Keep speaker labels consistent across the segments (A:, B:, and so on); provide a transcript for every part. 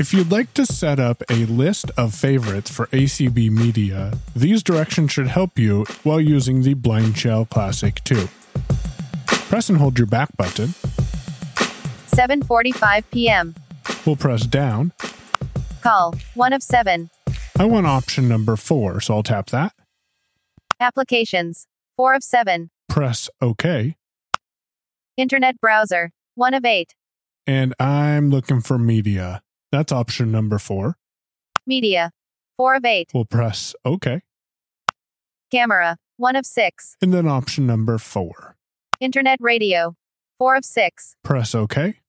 A: If you'd like to set up a list of favorites for ACB Media, these directions should help you while using the Blind Shell Classic 2. Press and hold your back button,
B: 7:45 p.m.
A: we'll press down.
B: Call 1 of 7.
A: I want option number 4, so I'll tap that.
B: Applications 4 of 7.
A: Press OK,
B: Internet browser 1 of 8.
A: and I'm looking for media. That's option number 4.
B: Media 4 of 8.
A: We'll press OK,
B: Camera 1 of 6.
A: and then option number 4.
B: Internet radio 4 of 6.
A: Press OK.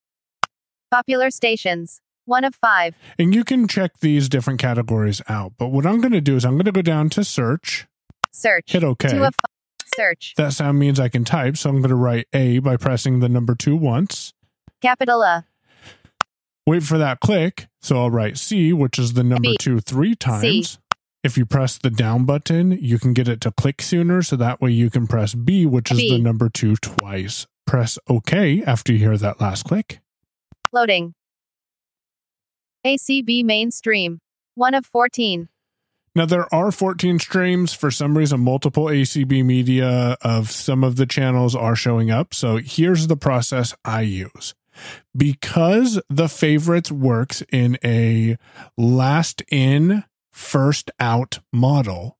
B: Popular stations 1 of 5.
A: And you can check these different categories out. But what I'm going to do is I'm going to go down to search,
B: Search
A: hit
B: 2
A: OK.
B: of 5. Search
A: That sound means I can type. So I'm going to write A by pressing the number two once.
B: capital A
A: Wait for that click. So I'll write C, which is the number
B: B.
A: two three times. If you press the down button, you can get it to click sooner. So that way you can press B, which is
B: B.
A: the number two twice. Press OK after you hear that last click.
B: loading. ACB mainstream 1 of 14.
A: Now there are 14 streams. For some reason, multiple ACB media of some of the channels are showing up. So here's the process I use. Because the favorites works in a last in, first out model,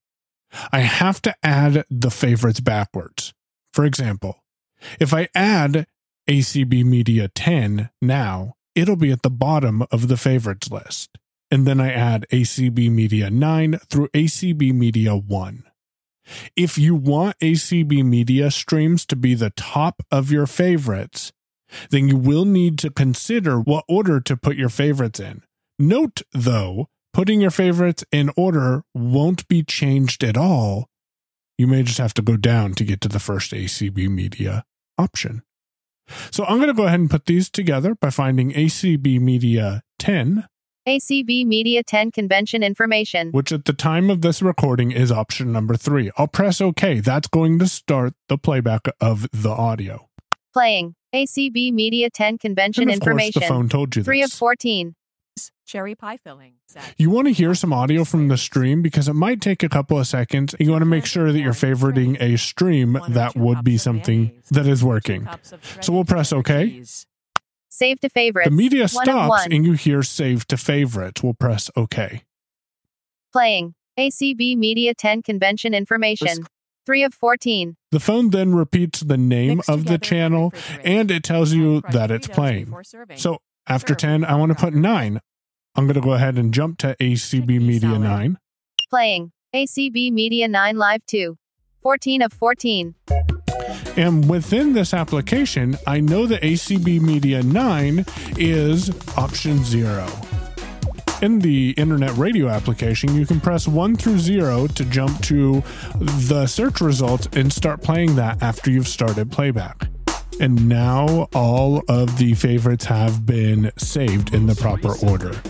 A: I have to add the favorites backwards. For example, if I add ACB Media 10 now, it'll be at the bottom of the favorites list and then I add ACB Media 9 through ACB Media 1. If you want ACB Media streams to be the top of your favorites, then you will need to consider what order to put your favorites in. Note, though, putting your favorites in order won't be changed at all. You may just have to go down to get to the first ACB Media option. So I'm going to go ahead and put these together by finding ACB Media 10
B: ACB Media 10 convention information.
A: which at the time of this recording is option number three. I'll press OK. That's going to start the playback of the audio.
B: Playing. ACB Media 10 convention
A: And of course, the
B: information.
A: phone told you
B: 3 of
A: this.
B: 14.
C: Cherry pie filling. Set.
A: You want to hear some audio from the stream because it might take a couple of seconds. You want to make sure that you're favoriting a stream that would be something that is working. So we'll press OK.
B: Save to favorites.
A: The media
B: One of
A: stops
B: one.
A: and you hear save to favorites. We'll press OK.
B: Playing. ACB Media 10 convention information. 3 of 14.
A: The phone then repeats the name
C: Mix
A: of the
C: together in
A: channel
C: refrigerator.
A: and it tells you that it's playing. So after
C: Sure.
A: 10, I want to put 9. I'm going to go ahead and jump to ACB
C: Chickpea
A: Media
C: salad.
A: 9.
B: Playing. ACB Media 9 Live 2. 14 of 14.
A: And within this application, I know that ACB Media 9 is option 0. In the internet radio application, you can press 1 through 0 to jump to the search results and start playing that after you've started playback. And now all of the favorites have been saved in the proper order.